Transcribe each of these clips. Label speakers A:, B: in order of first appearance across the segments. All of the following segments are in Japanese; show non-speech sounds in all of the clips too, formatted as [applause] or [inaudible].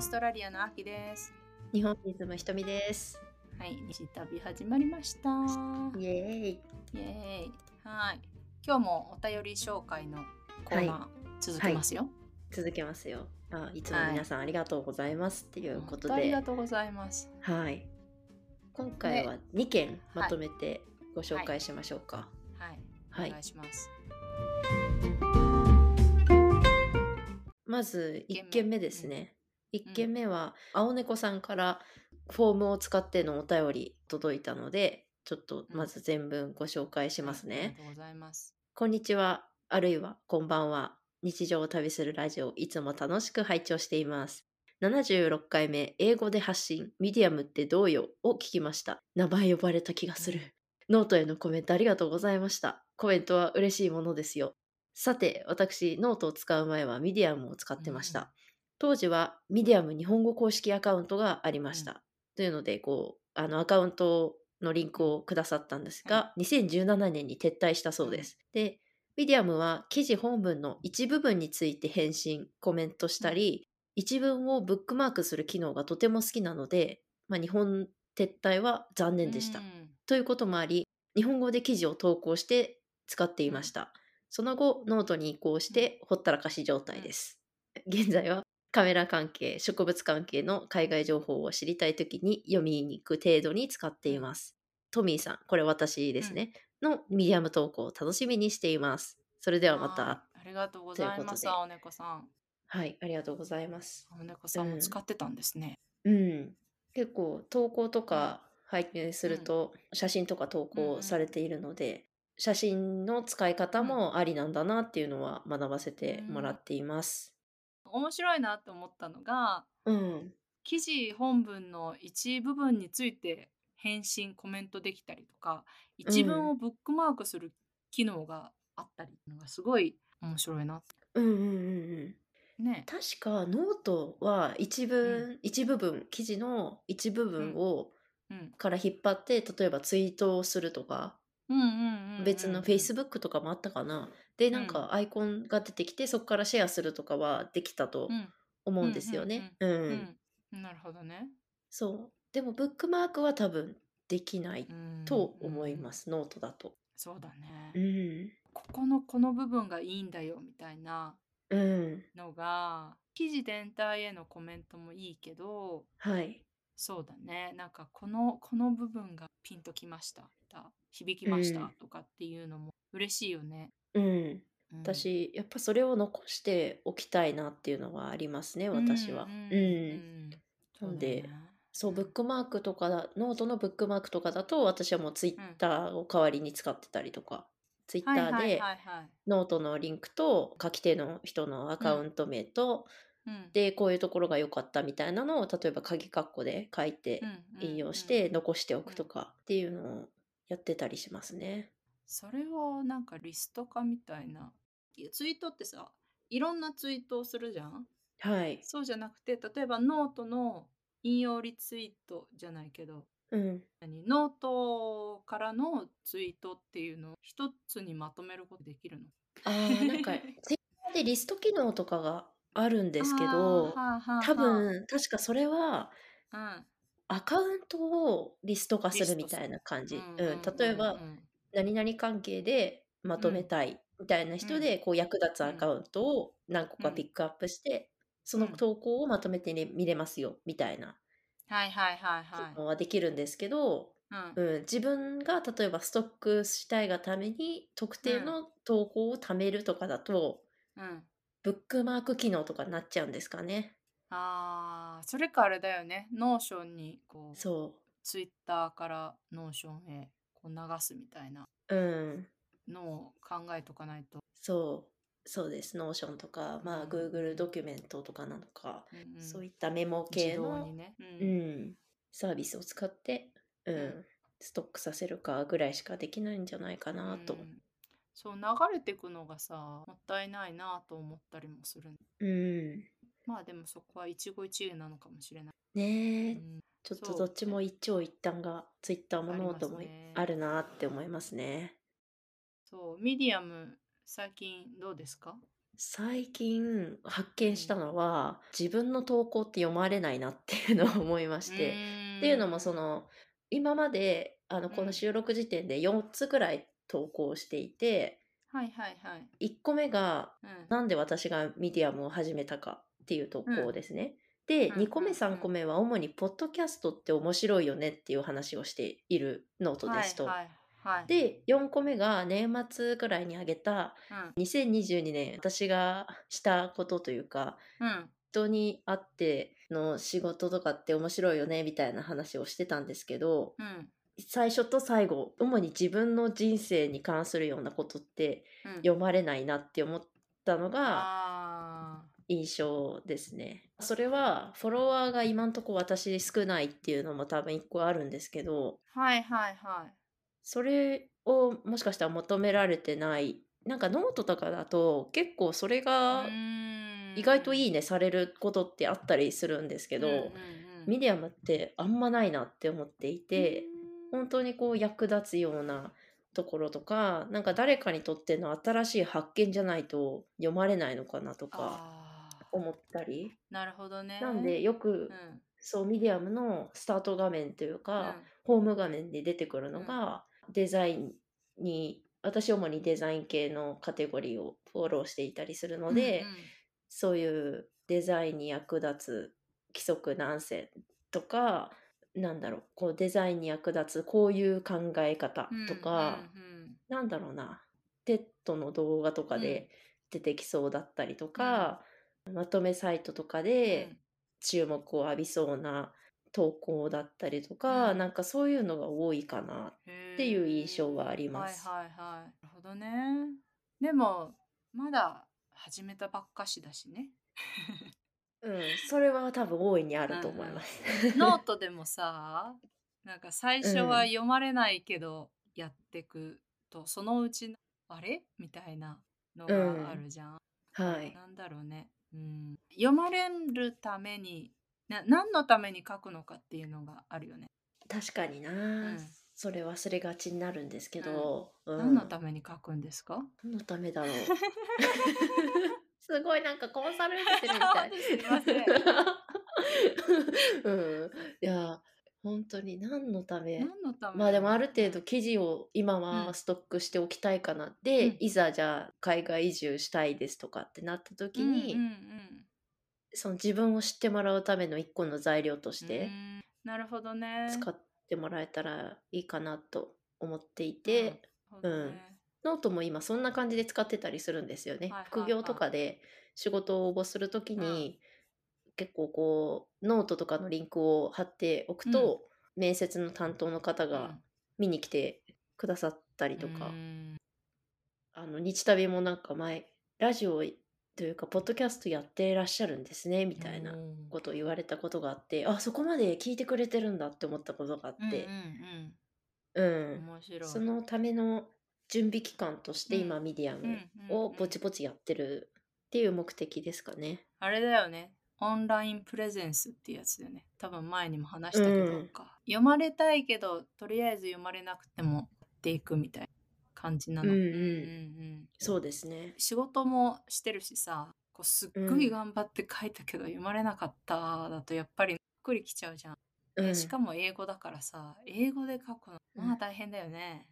A: ストラリアの秋です。
B: 日本に住むひとみです。
A: はい、西旅始まりました。
B: イエーイ。
A: イエーイ。はい。今日もお便り紹介のコーナー続きますよ。
B: 続けますよ。あ、いつも皆さんありがとうございますっていうこと
A: あり
B: で、は
A: が
B: い。
A: とうございます。
B: 今回は2件まとめてご紹介しましょうか。
A: はい、
B: はい。
A: お願いします。
B: まず
A: 一件目
B: 1件目ですね。1件目は、青猫さんからフォームを使ってのお便り届いたので、ちょっとまず全文ご紹介しますね。
A: ありがとうございます。
B: こんにちは、あるいはこんばんは。日常を旅するラジオ、いつも楽しく拝聴しています。76回目、英語で発信、ミディアムってどうよを聞きました。名前呼ばれた気がする。ノートへのコメントありがとうございました。コメントは嬉しいものですよ。さて、私、ノートを使う前はミディアムを使ってました。
A: うん
B: 当時はミディアム日本語公式アカウントがありました。というので、こう、あのアカウントのリンクをくださったんですが、2017年に撤退したそうです。で、ミディアムは記事本文の一部分について返信、コメントしたり、一文をブックマークする機能がとても好きなので、まあ、日本撤退は残念でした。
A: うん
B: ということもあり日本語で記事を投稿して使っていました、その後ノートに移行してほったらかし状態です、現在はカメラ関係植物関係の海外情報を知りたい時に読みに行く程度に使っていますトミーさんこれ私ですね、のミディアム投稿を楽しみにしていますそれではま
A: はい
B: た。
A: ありがとうございます。
B: ということで
A: 青猫さん。
B: はいありがとうございます
A: 青猫さん
B: う
A: も
B: ん
A: 使ってたんですね。
B: うん、結構投稿とか拝見すると写真とか投
A: うんう
B: 稿
A: ん
B: されているので、写真の使い方
A: うん
B: もありなんだなっていうのは学ばせてもらっています。
A: 面白いなと思ったのが、
B: うん、
A: 記事本文の一部分について返信コメントできたりとか一文をブックマークする機能があったりっていうのがすごい面白いなと
B: うん、うんうんうん
A: ね。
B: 確かノートは一文、一部分記事の一部分を
A: うん、
B: から引っ張って例えばツイートをするとか
A: うんうんうんうん
B: 別の Facebook とかもあったかなでなん
A: う
B: かアイコンが出てきてそこからシェアするとかはできたと
A: うん
B: 思うんですよね。う
A: うんん、なるほどね。
B: そう。でもブックマークは多分できない
A: うん。
B: と思いますす、ノートだと。
A: そうだね、
B: ん。
A: ここのこの部分がいいんだよみたいな
B: うん。
A: のが記事全体へのコメントもいいけど
B: はい。
A: そうだねなんかこのこの部分がピンときましただ響きまし
B: う
A: た
B: ん
A: とかっていうのも嬉しいよね、
B: うん。
A: うん
B: 私、やっぱそれを残しておきたいなっていうのはありますね、私は。
A: うん
B: うん。
A: そうだよ
B: なんで
A: ね
B: そう、
A: ん
B: ブックマークとかだ、ノートのブックマークとかだと、私はもうツイッターを代わりに使ってたりとか、ツイッタ
A: はい
B: ー
A: はい
B: で
A: はいはい
B: ノートのリンクと書き手の人のアカウント名と、
A: うん
B: で、こういうところが良かったみたいなのを、例えば鍵括弧で書いて
A: うんうんうん
B: 引用して残しておくとかっていうのをやってたりしますね。
A: それをなんかリスト化みたいないやツイートってさいろんなツイートをするじゃん
B: はい。
A: そうじゃなくて例えばノートの引用リツイートじゃないけど
B: うん。
A: 何ノートからのツイートっていうのを一つにまとめることできるの
B: あーなんかツイッターでリスト機能とかがあるんですけど、多、分確かそれは
A: あ
B: アカウントをリスト化す
A: リス
B: る
A: ト
B: みたいな感
A: ー
B: じ。
A: は
B: う
A: ー
B: ん
A: はーはーうん
B: 例えば
A: うんうん
B: 何々関係でまとめたいみたいな人で、こう役立つアカウントを何個かピックアップして、その
A: うん
B: 投稿をまとめてね見れますよみたいな
A: はいはいはいはい
B: 機能はできるんですけど、
A: うん
B: うん、自分が例えばストックしたいがために特定の投稿を貯めるとかだと、
A: うん
B: ブックマーク機能とかになっちゃうんですかね。
A: あーそれかあれだよねノーションにこう
B: そ
A: ツイッターからノーションへこう流すみたいな
B: う。うん。
A: のを考えとかないと、
B: そう。そうです。ノーションとか、まあ、
A: うん
B: Google ドキュメントとかなのか、
A: うんうん
B: そういったメモ系
A: 自動
B: の
A: に、ね、うん
B: うん、サービスを使って、うん、
A: うん
B: ストックさせるかぐらいしかできないんじゃないかなと
A: う。んそう流れてくのがさもったいないなと思ったりもする
B: うん。
A: まあでもそこは一期一会なのかもしれない、
B: ねえ、
A: うん
B: ちょっ
A: そ
B: と
A: う
B: どっちも一長一短がツイッターも
A: あり
B: ノ
A: ま
B: ー
A: す
B: トも
A: ね
B: あるなって思いますね。
A: そうミディアム最近どうですか
B: 最近発見したのは、自分の投稿って読まれないなっていうのを思いまして、っていうのもその今まであの
A: う
B: こ
A: ん
B: の収録時点で4つぐらい投稿していて
A: はいはいはい、
B: 1個目が
A: うん
B: なんで私がミディアムを始めたかっていう投稿ですね。で、
A: うん
B: 2個
A: う
B: 目
A: ん
B: 3個目は主にポッドキャストって面白いよねっていう話をしているノートですと。
A: はいはいはい、
B: で4個目が年末くらいにあげた
A: うん
B: 2022年私がしたことというか
A: うん
B: 人に会っての仕事とかって面白いよねみたいな話をしてたんですけど
A: うんうん
B: 最初と最後主に自分の人生に関するようなことって読まれないなって思ったのが
A: あ
B: 印象ですね。それはフォロワーが今んとこ私少ないっていうのも多分一個あるんですけど
A: ーはいはいはい
B: それをもしかしたら求められてないなんかノートとかだと結構それが意外とい
A: い
B: いねされることってあったりするんですけ
A: け
B: ど、ミディアムってあんまないなって思っていて、本当にこう役立つようなところとかなんか誰かにとっての新しい発見じゃないと読まれないのかなとか
A: あー
B: 思ったり、
A: なるほどね
B: なんでよく、
A: うん
B: そうミディアムのスタート画面というか、ホーム画面で出てくるのが、デザインに私主にデザイン系のカテゴリーをフォローしていたりする
A: う
B: の
A: ん
B: で、
A: うんうん
B: そういうデザインに役立つ規則何選とかなんだろうこうデザインに役立つこういう考え方とか、
A: うんうんうん
B: なんだろうなテッドの動画とかで出てきそうだったりとか、まとめサイトとかで注目を浴びそうな投稿だったりとか、
A: うん
B: なんかそういうのが多いか
A: っ
B: な
A: て
B: いう印象はあります
A: はいはいはい。なるほどね。でもまだ始めたばっかしだし
B: [laughs]
A: ね。
B: うん、それは多分大いにあると思います。 [laughs]
A: ノートでもさ、なんか最初は
B: うん
A: 読まれないけどやってくと、そのうちあれみたいなのがあるじゃん。
B: はい。
A: なんだろうね。うん、読まれるためにな何のために書くのかっていうのがあるよね。
B: 確かにな、
A: ん
B: それ忘れがちになるんですけど、うん
A: 何のために書くんですか？
B: 何のため [laughs] だろうすごいなんかコンサル受けてるみ [laughs] たい
A: 本当すい
B: [laughs] うん、いや本当に何のため
A: 何のため？
B: まあでもある程度記事を今
A: う
B: は
A: ん
B: ストックしておきたいかなって、
A: うん
B: いざじゃあ海外移住したいですとかってなった時に、
A: うんうんうん
B: その自分を知ってもらうための一個の材料として
A: うんなるほどね
B: 使ってもらえたらいいかなと思ってい
A: な
B: て、
A: るほどね
B: ノートも今そんな感じで使ってたりするんですよね。
A: はいはいはい
B: 副業とかで仕事を応募するときに、結構こうノートとかのリンクを貼っておくと、面接の担当の方
A: うん
B: が見に来てくださったりとか、
A: うん
B: あの日旅もなんか前ラジオというかポッドキャストやってらっしゃるんですねみたいな
A: うん
B: ことを言われたことがあって、あそこまで聞いてくれてるんだって思ったことがあって
A: うん、
B: う
A: う
B: ん
A: んうん面白い
B: そのための準備期間として今、
A: う
B: ミディアム、
A: うんうんうん
B: をぼちぼちやってるっていう目的ですかね。
A: あれだよねオンラインプレゼンスってやつだよね多分前にも話したけど、
B: うん
A: か読まれたいけどとりあえず読まれなくてもやっていくみたいな感じなの、
B: うんうん
A: ん
B: そうですね。
A: 仕事もしてるしさこうすっごい頑張って書いたけど読まれなかっただとやっぱりゆっくりきちゃうじゃん
B: う
A: で
B: ん、
A: しかも英語だからさ英語で書くの
B: うん
A: まあ大変だよね、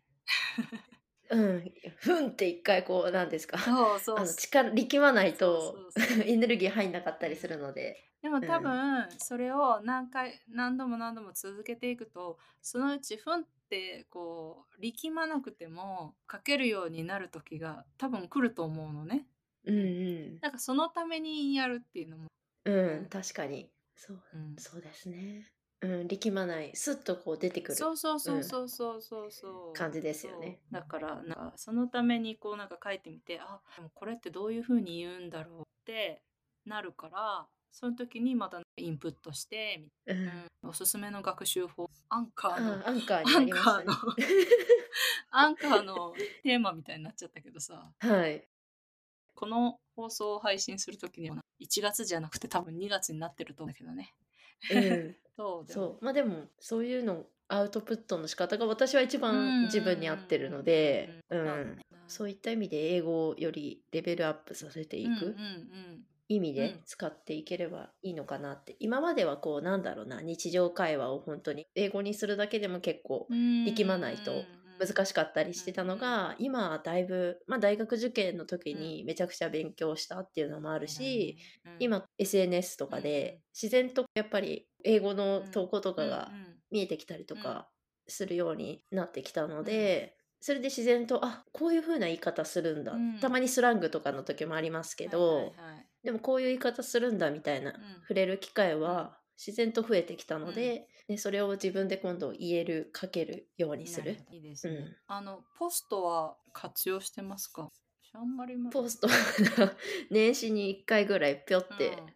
B: うん、ふんって一回こうなんですか。
A: そうそ
B: あ
A: う
B: の力力まないと
A: そうそうそ
B: [laughs] エネルギー入んなかったりするので。
A: で
B: [laughs]
A: も多分それを何回何度も何度も続けていくとそのうちふんってこう力まなくても書けるようになる時が多分来ると思うのね
B: うんうん
A: なんかそのためにやるっていうのも、
B: うん確かに。そう
A: うん
B: そうですね。うん力まないスッとこう出てくる。
A: そうそうそううんそうそうそうそう
B: 感じですよね
A: そうだからなんかそのためにこうなんか書いてみてあでもこれってどういう風に言うんだろうってなるからその時にまたインプットしてみ
B: うん
A: おすすめの学習法アンカーの、
B: あアンカーに
A: ア
B: な
A: ン
B: りまし
A: カ
B: た
A: ー
B: ね
A: の。 [laughs] アンカーのテーマみたいになっちゃったけどさ
B: はい。
A: この放送を配信する時には1月じゃなくて多分2月になってると思うんだけどね [laughs]
B: うん、
A: そうでも
B: そうまあでもそういうのアウトプットの仕方が私は一番自分に合ってるので、う
A: うんんうんうんうん
B: そういった意味で英語をよりレベルアップさせてい
A: うんうん
B: く
A: うん
B: 意味
A: う
B: で
A: ん
B: 使っていければいいのかなって、今まではこうなんだろうな日常会話を本当に英語にするだけでも結構力まないと難しかったりしてたのが、今はだいぶ、まあ、大学受験の時にめちゃくちゃ勉強したっていうのもあるし、、
A: うんうんうん、
B: 今 SNS とか
A: うんうん
B: で自然とやっぱり英語の投稿とかが
A: うんうん
B: 見えてきたりとかするようになってきたので、それで自然とあこういう風な言い方するんだ、
A: うん
B: たまにスラングとかの時もありますけど、
A: はいはいはい
B: でもこういう言い方するんだみたい
A: う
B: な、
A: ん
B: 触れる機会は自然と増えてきたので、ね、それを自分で今度言える書けるようにする。
A: なほどいいですね。
B: うん
A: あのポストは活用してますか？私あんまりまだ
B: ポストは年始に1回ぐらいぴょって
A: うん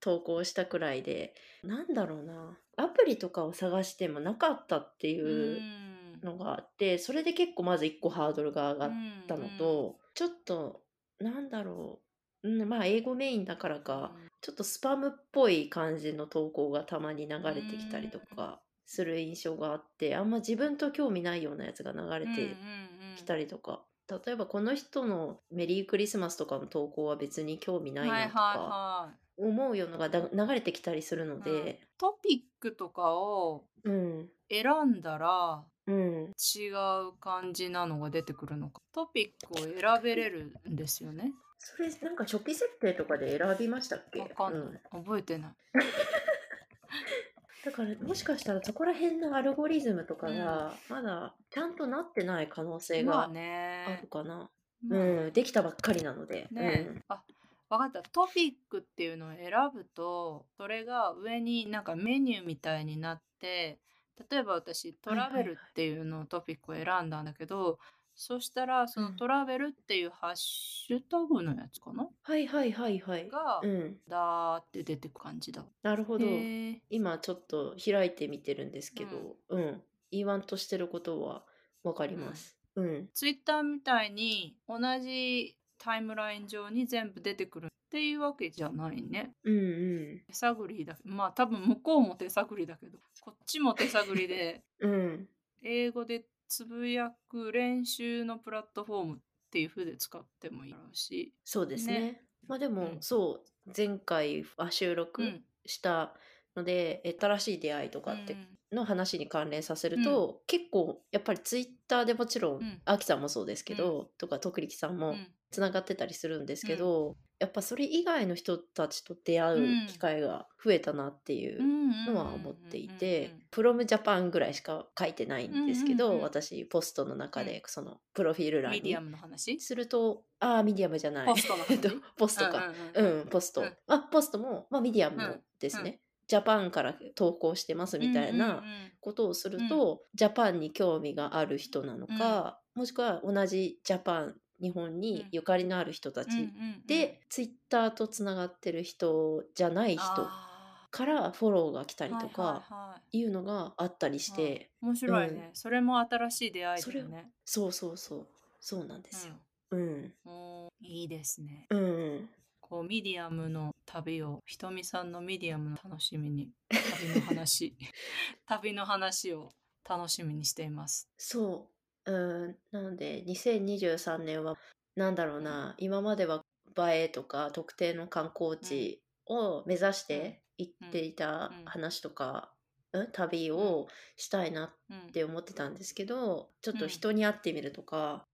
B: 投稿したくらいで、なんだろうなアプリとかを探してもなかったっていううんのがあってそれで結構まず1個ハードルが上がったのと、ちょっとなんだろう、うん、まあ英語メインだからか、ちょっとスパムっぽい感じの投稿がたまに流れてきたりとかする印象があってあんま自分と興味ないようなやつが流れて来た
A: り
B: りとか、例えばこの人のメリークリスマスとかの投稿は別に興味ない
A: はいはい
B: なとか
A: はい。
B: 思うようなのがだ流れてきたりするので、
A: トピックとかを
B: うん、
A: 選んだら
B: うん、
A: 違う感じなのが出てくるのか。トピックを選べれるんですよね。
B: それなんか初期設定とかで選びましたっけ
A: わかんない、
B: うん
A: 覚えてない。
B: だからもしかしたらそこら辺のアルゴリズムとかがまだちゃんとなってない可能性
A: まあ
B: が
A: ね。
B: あるかな、
A: まあ
B: うん、できたばっかりなので、
A: ねえ、
B: うん
A: あ分かったトピックっていうのを選ぶとそれが上になんかメニューみたいになって例えば私ト
B: はいは
A: ラ
B: い
A: ベルっていうのをトピックを選んだんだけど、そしたらそうの
B: ん
A: トラベルっていうハッシュタグのやつかな、
B: はいはいはいはい、
A: が、
B: うん、
A: だーって出てく感じだ。
B: なるほど。
A: へー
B: 今ちょっと開いてみてるんですけど、うん、言わんとしてることはわかります。うん、
A: ツイッターみたいに同じタイムライン上に全部出てくるっていうわけじゃないね。
B: うん、うん、
A: 手探りだまあ多分向こうも手探りだけどこっちも手探りで。
B: うん、
A: 英語でつぶやく練習のプラットフォームっていう風で使ってもいいだろうし、
B: そうですね。
A: ね
B: まあでも、
A: うん
B: そう前回あ収録したので、え新しい出会いとかっての話に関連させると、結構やっぱりツイッターでもちろん、
A: うん
B: あきさんもそうですけど、とか徳力さん
A: う
B: も
A: ん
B: つながってたりするんですけど、やっぱそれ以外の人たちと出会う機会が増えたなっていう。のは思っていて「プロムジャパン」ぐらいしか書いてないんですけど、
A: うんうんうん
B: 私ポストの中
A: う
B: でそのプロフィール
A: うんうんうん
B: 欄
A: ミデ
B: に
A: ィアムの話
B: するとああミディアムじゃない
A: ポストの話
B: えっとポストか、
A: う
B: うんん
A: うん
B: ポスト、
A: うん
B: あポストも、まあ、ミディアム
A: う
B: も
A: ん
B: ですね、
A: うん
B: ジャパンから投稿してますみたいな、
A: うんうんうん
B: ことをすると、ジャパンに興味がある人なのか、もしくは同じジャパン日本にゆかりのある人たち、
A: うんうんうん
B: でツイッターとつながってる人じゃない人
A: あ
B: からフォローが来た
A: ー
B: りとか、
A: はいはいはい
B: いうのがあったりして、
A: 面白いね、それも新しい出会いだよね
B: そうそうそうそうなんですよ。うん、
A: うんおーいいですね
B: うん、うん
A: こうミディアムの旅をひとみさんのミディアムの楽しみ
B: [laughs]
A: に旅の話旅の話を楽しみにしています
B: そう、うん、なので2023年はなんだろうな今までは映えとか特定の観光地を目指して行っていた
A: うん
B: 話とか、うん、旅をしたいなっ
A: うん
B: て思ってたんですけどちょっ
A: う
B: と
A: ん
B: 人に会ってみるとか、
A: うんうんうん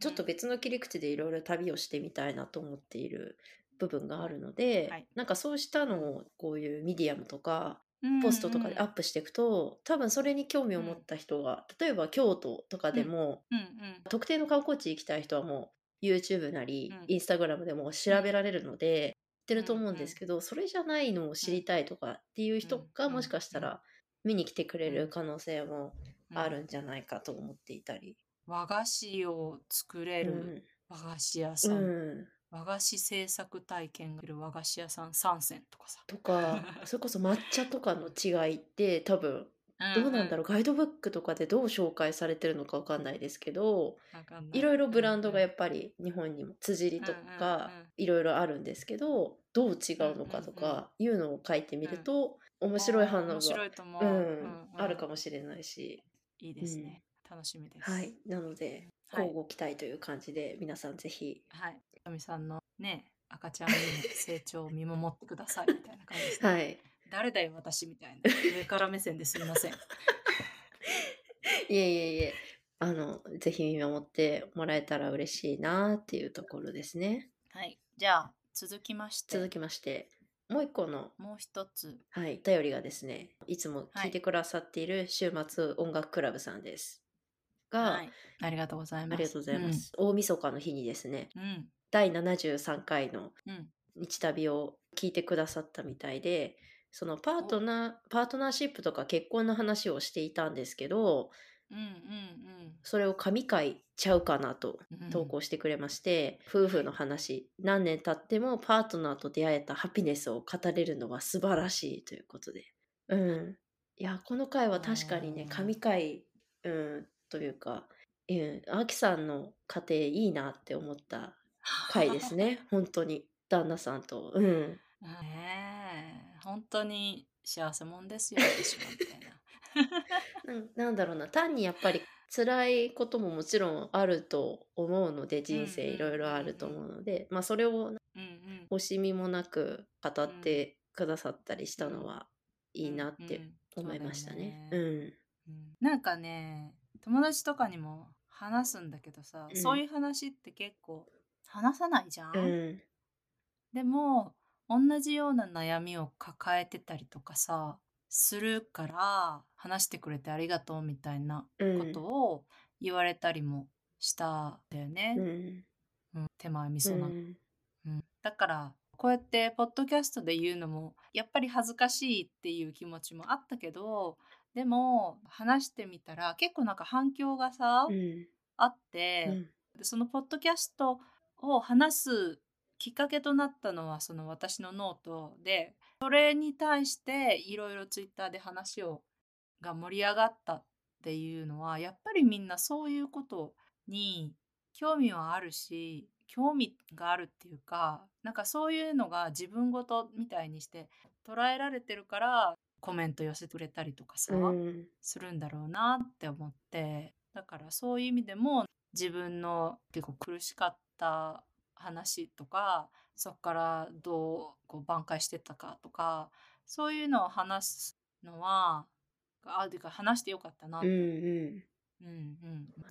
B: ちょっと別の切り口でいろいろ旅をしてみたいなと思っている部分があるので、
A: はい
B: なんかそうしたのをこういうミディアムとかポ
A: ポ
B: ストとかでアップしていくと、多分それに興味を持った人が、例えば京都とかでも、
A: うんうん
B: 特定の観光地行きたい人はもう YouTube なり、
A: うん
B: Instagram でも調べられるので、知ってると思うんですけど、それじゃないのを知りたいとかっていう人が、
A: うん
B: もしかしたら見に来てくれる可能性も
A: うん
B: あるんじゃないかと思っていたり。
A: 和菓子を作れ
B: う
A: る
B: ん
A: 和菓子屋
B: う
A: さん、
B: ん、
A: 和菓子制作体験がいる和菓子屋さん3選とかさ、
B: とかそれこそ抹茶とかの違いって多分どうなんだろう、ガイドブックとかでどう紹介されてるのかわかんないですけど、
A: うんうん
B: いろいろブランドがや
A: ぱ
B: っぱり日本にも辻りと
A: うん
B: か
A: うんうん
B: いろいろあるんですけどどう違うのかとかいうのを書いてみると面白い反応が
A: 面白いと思う。
B: うん
A: うん
B: あるか
A: も。
B: もしれないし、
A: いいですね。楽しみです。
B: はい、なので
A: はい
B: 交互期待という感じで、皆さんぜひ
A: はい。ひとみさんのね、赤ちゃんの成長を見守ってくださいみたいな感じですね。
B: はい
A: [laughs] 誰だよ、私みたいな。上から目線ですみません。
B: いえいえいえあのぜひ見守ってもらえたら嬉しいなっていうところですね
A: はい。じゃあ、続きまして、
B: 続きましてもう一個の
A: もう一つ。
B: はい、お便りがですねいつも聞いてくださっている週末音楽クラブさんです、が、
A: はい。ありがとうございます。
B: ありがとうございます、大晦日の日にですね
A: うん。うん。
B: 第73回の
A: うん。
B: 日旅を聞いてくださったみたいでそのパートナーパートナーシップとか結婚の話をしていたんですけど
A: うんうん
B: それを神回ちゃうかなと
A: うんうん。
B: 投稿してくれまして、夫婦の話何年経ってもパートナーと出会えたハピネスを語れるのは素晴らしいということでうんいやこの回は確かにね
A: うん
B: 神回、うん、というか、うん、アキさんの家庭いいなって思った回ですね本当に旦那さんとうん
A: [laughs] ねえ本当に幸せもんですよ私はみたいな。
B: なんなんだろうな単にやっぱり辛いことももちろんあると思うので人生
A: うんうん
B: いろいろあると思うので、まあ、それを
A: [laughs] うんうん。
B: 惜しみもなく語ってくださったりしたのはいいなって
A: うんうん
B: 思いましたね。
A: そううだよ
B: ん、
A: うんなんかね友達とかにも話すんだけどさ、
B: うん
A: そういう話って結構話さないじゃん。
B: うん、
A: でも同じような悩みを抱えてたりとかさするから話してくれてありがとうみたいな
B: うん、
A: ことを言われたりもしたんだよね。
B: うん、
A: うん手前味噌な
B: うん
A: だからこうやってポッドキャストで言うのもやっぱり恥ずかしいっていう気持ちもあったけどでも話してみたら結構なんか反響がさ、
B: うん、
A: あって、でそのポッドキャストを話すきっかけとなったのはその私のノートでそれに対していろいろツイッターで話をが盛り上がったっていうのはやっぱりみんなそういうことに興味はあるし興味があるっていうかなんかそういうのが自分ごとみたいにして捉えられてるからコメント寄せてくれたりとかさ、
B: うん、
A: するんだろうなって思ってだからそういう意味でも自分の結構苦しかった話とかそこからどうこう挽回してったかとかそういうのを話すのはあてか話してよかったな
B: うん、うん、
A: うん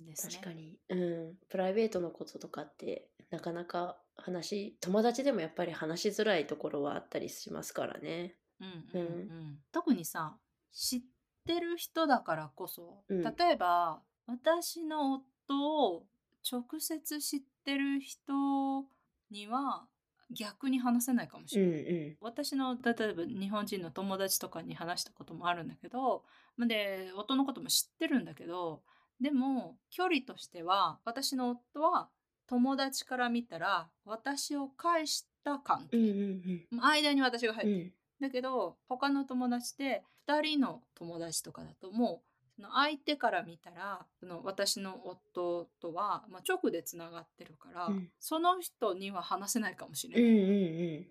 A: うんですね
B: 確かに、うん、プライベートのこととかってなかなか話友達でもやっぱり話しづらいところはあったりしますからね。
A: うんうんう
B: うん
A: ん、特にさ知ってる人だからこそ、
B: うん
A: 例えば私の夫を直接知ってる人には逆に話せないかもし
B: うん、
A: れ
B: う
A: ない。
B: ん、
A: 私の例えば日本人の友達とかに話したこともあるんだけどで夫のことも知ってるんだけどでも距離としては私の夫は友達から見たら私を介した関
B: う
A: 係、
B: ん、うん、
A: 間に私が入っ
B: う
A: てる、
B: ん、
A: だけど他の友達で2人の友達とかだともうその相手から見たらその私の夫とは、まあ、直でつながってるから、
B: うん
A: その人には話せないかもしれ
B: うん、う
A: ない、
B: ん、うん、
A: うん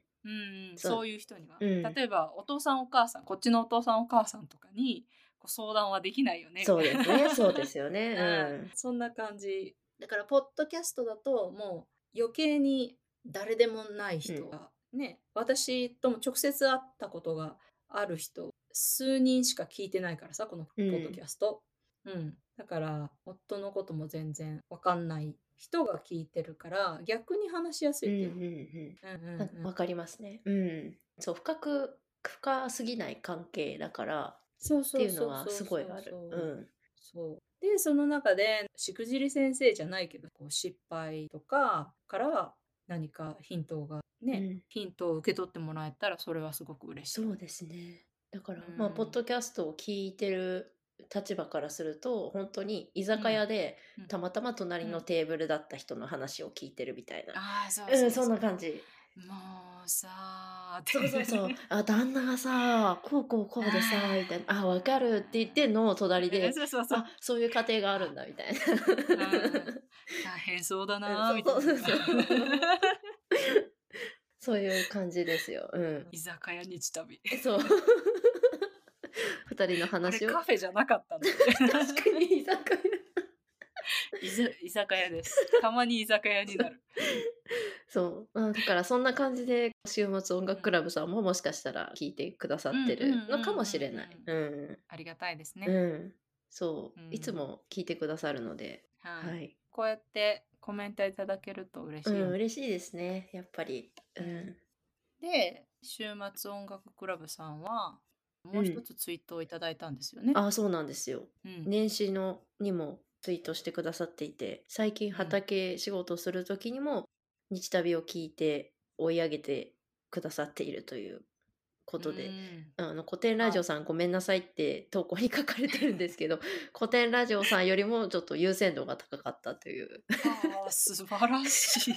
A: うん
B: そう
A: そういう人には、
B: うん
A: 例えばお父さんお母さんこっちのお父さんお母さんとかにこう相談はできないよね
B: そうですね、そうですす
A: [laughs]
B: よね。うん、
A: そんな感じだからポッドキャストだともう余計に誰でもない人が、ね私とも直接会ったことがある人数人しか聞いてないからさこのポ
B: うん
A: ッドキャスト、うんだから夫のことも全然わかんない人が聞いてるから逆に話しやす
B: うん、う
A: い
B: ん、
A: って
B: う
A: いうのうんう
B: ん。
A: ん
B: わ
A: うん
B: わかりますね。うん。そう、深く、深すぎない関係だから
A: そう
B: っ
A: そ
B: て
A: う
B: いう
A: そ
B: の
A: う
B: は
A: そう
B: すごいある
A: そう。
B: うん。
A: そうでその中でしくじり先生じゃないけどこう失敗とかから何かヒントがね、
B: うん
A: ヒントを受け取ってもらえたらそれはすごく嬉しい。
B: そうですね。だから、
A: うん
B: まあ、ポッドキャストを聞いてる立場からすると、本当に居酒屋で
A: うん
B: たまたま隣のテーブルだった人の話を聞いてるみたいな。
A: ああそう
B: うん、そんな感
A: じ。
B: じ。
A: もうさあって
B: そうそ
A: [laughs]
B: うそう。あ、旦那がさ、こうこうこうで
A: あ
B: さ、
A: ー
B: みたいな。あ、わかるって言ってんの隣で。
A: そうそうそう
B: あ、そういう家庭があるんだ、みたいな。
A: うん
B: [laughs]
A: 大変そうだなーみたい
B: うんそうそうそう
A: な [laughs]
B: そういう感じですよ。うん。
A: 居酒屋日旅
B: そう。二人の
A: あれ
B: 話を
A: カフェじゃなかったの [laughs]
B: 確かに居酒屋
A: 居酒居酒屋ですたまに居酒屋になる
B: そうまあだからそんな感じで週末音楽クラブさんももしかしたら聞いてくださってるのかもしれない
A: うん
B: うん
A: ありがたいですね、
B: うんそう
A: うん
B: いつも聞いてくださるので
A: はい
B: はい
A: こうやってコメントいただけると嬉
B: う
A: しいよね、
B: ん嬉しいですねやっぱり
A: う
B: う
A: んで週末音楽クラブさんはもう一つツイートをいただいたんですよね。
B: あそうなんですよ
A: うん
B: 年始のにもツイートしてくださっていて最近畑仕事する時にも日旅を聞いて追い上げてくださっているということで、
A: うん
B: あの古典ラジオさんごめんなさいって投稿に書かれてるんですけ
A: [laughs]
B: ど古典ラジオさんよりもちょっと優先度が高かったという
A: あー素晴らし
B: [laughs]
A: い。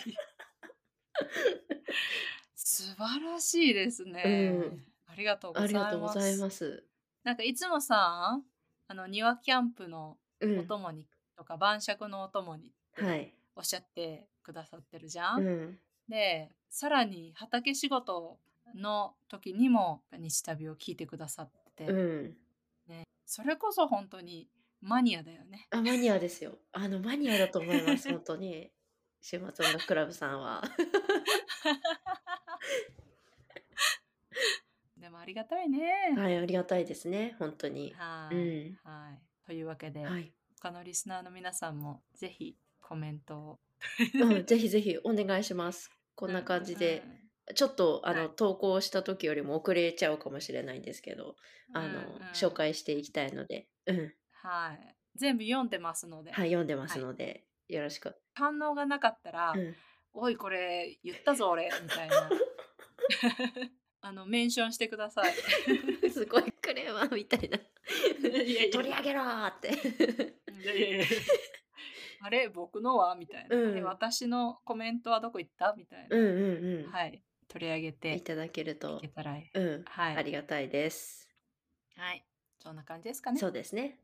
A: 素晴らしいですね、
B: うん
A: ありがとうござ
B: あ
A: い
B: り
A: ます
B: がとうございます。
A: なんかいつもさあの庭キャンプの
B: う
A: お
B: ん、
A: 供にとか、晩酌のお供に
B: はい、
A: おっしゃってくださってるじゃ。
B: うんん、
A: でさらに畑仕事の時にも日旅を聞いてくださってて、
B: うん、
A: それこそ本当にマニアだよね。
B: あマニアですよあのマニアだと思います本
A: [laughs]
B: 当に週末音楽クラブさんは
A: でもありがたいね。
B: はいありがたいですね本当に
A: は
B: う
A: い。
B: ん
A: はい。というわけで、
B: はい、
A: 他のリスナーの皆さんもぜひコメントを。
B: うん、ぜひぜひお願いしますこんな感じで
A: うんうん
B: ちょっとあの、
A: はい
B: 投稿した時よりも遅れちゃうかもしれないんですけどあの、
A: うんうん
B: 紹介していきたいので、うん、
A: はい。全部読んでますので、
B: はい、読んでます
A: はい
B: ので、よろしく。
A: 反応がなかったら、 [laughs]
B: うん、
A: おいこれ言ったぞ俺みたい
B: [laughs]
A: な。あのメンションしてください。
B: すごいクレーマーみたいな。
A: いやいや
B: [laughs] 取り上げろーって。
A: [laughs] いやいやいや [laughs] あれ僕のはみたいな、
B: うん
A: あれ私のコメントはどこ行ったみたいな、
B: うんうんうん。
A: はい取り上げて
B: いただける
A: い
B: と
A: け、たらい
B: うん、
A: はい
B: ありがたいです。
A: はいそんな感じですかね
B: そうですね。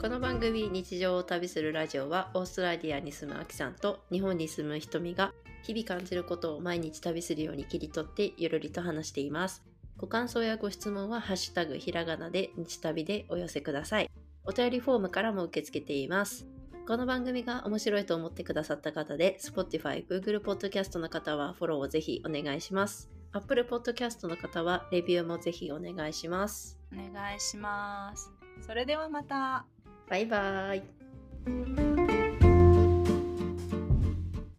B: この番組日常を旅するラジオはオーストラリアに住むアキさんと日本に住むひとみが日々感じることを毎日旅するように切り取ってゆるりと話していますご感想やご質問はハッシュタグひらがなで日旅でお寄せくださいお便りフォームからも受け付けていますこの番組が面白いと思ってくださった方で Spotify、Google Podcast の方はフォローをぜひお願いします。Apple Podcast の方はレビューもぜひお願いします。
A: お願いしますそれではまた
B: バイバイ。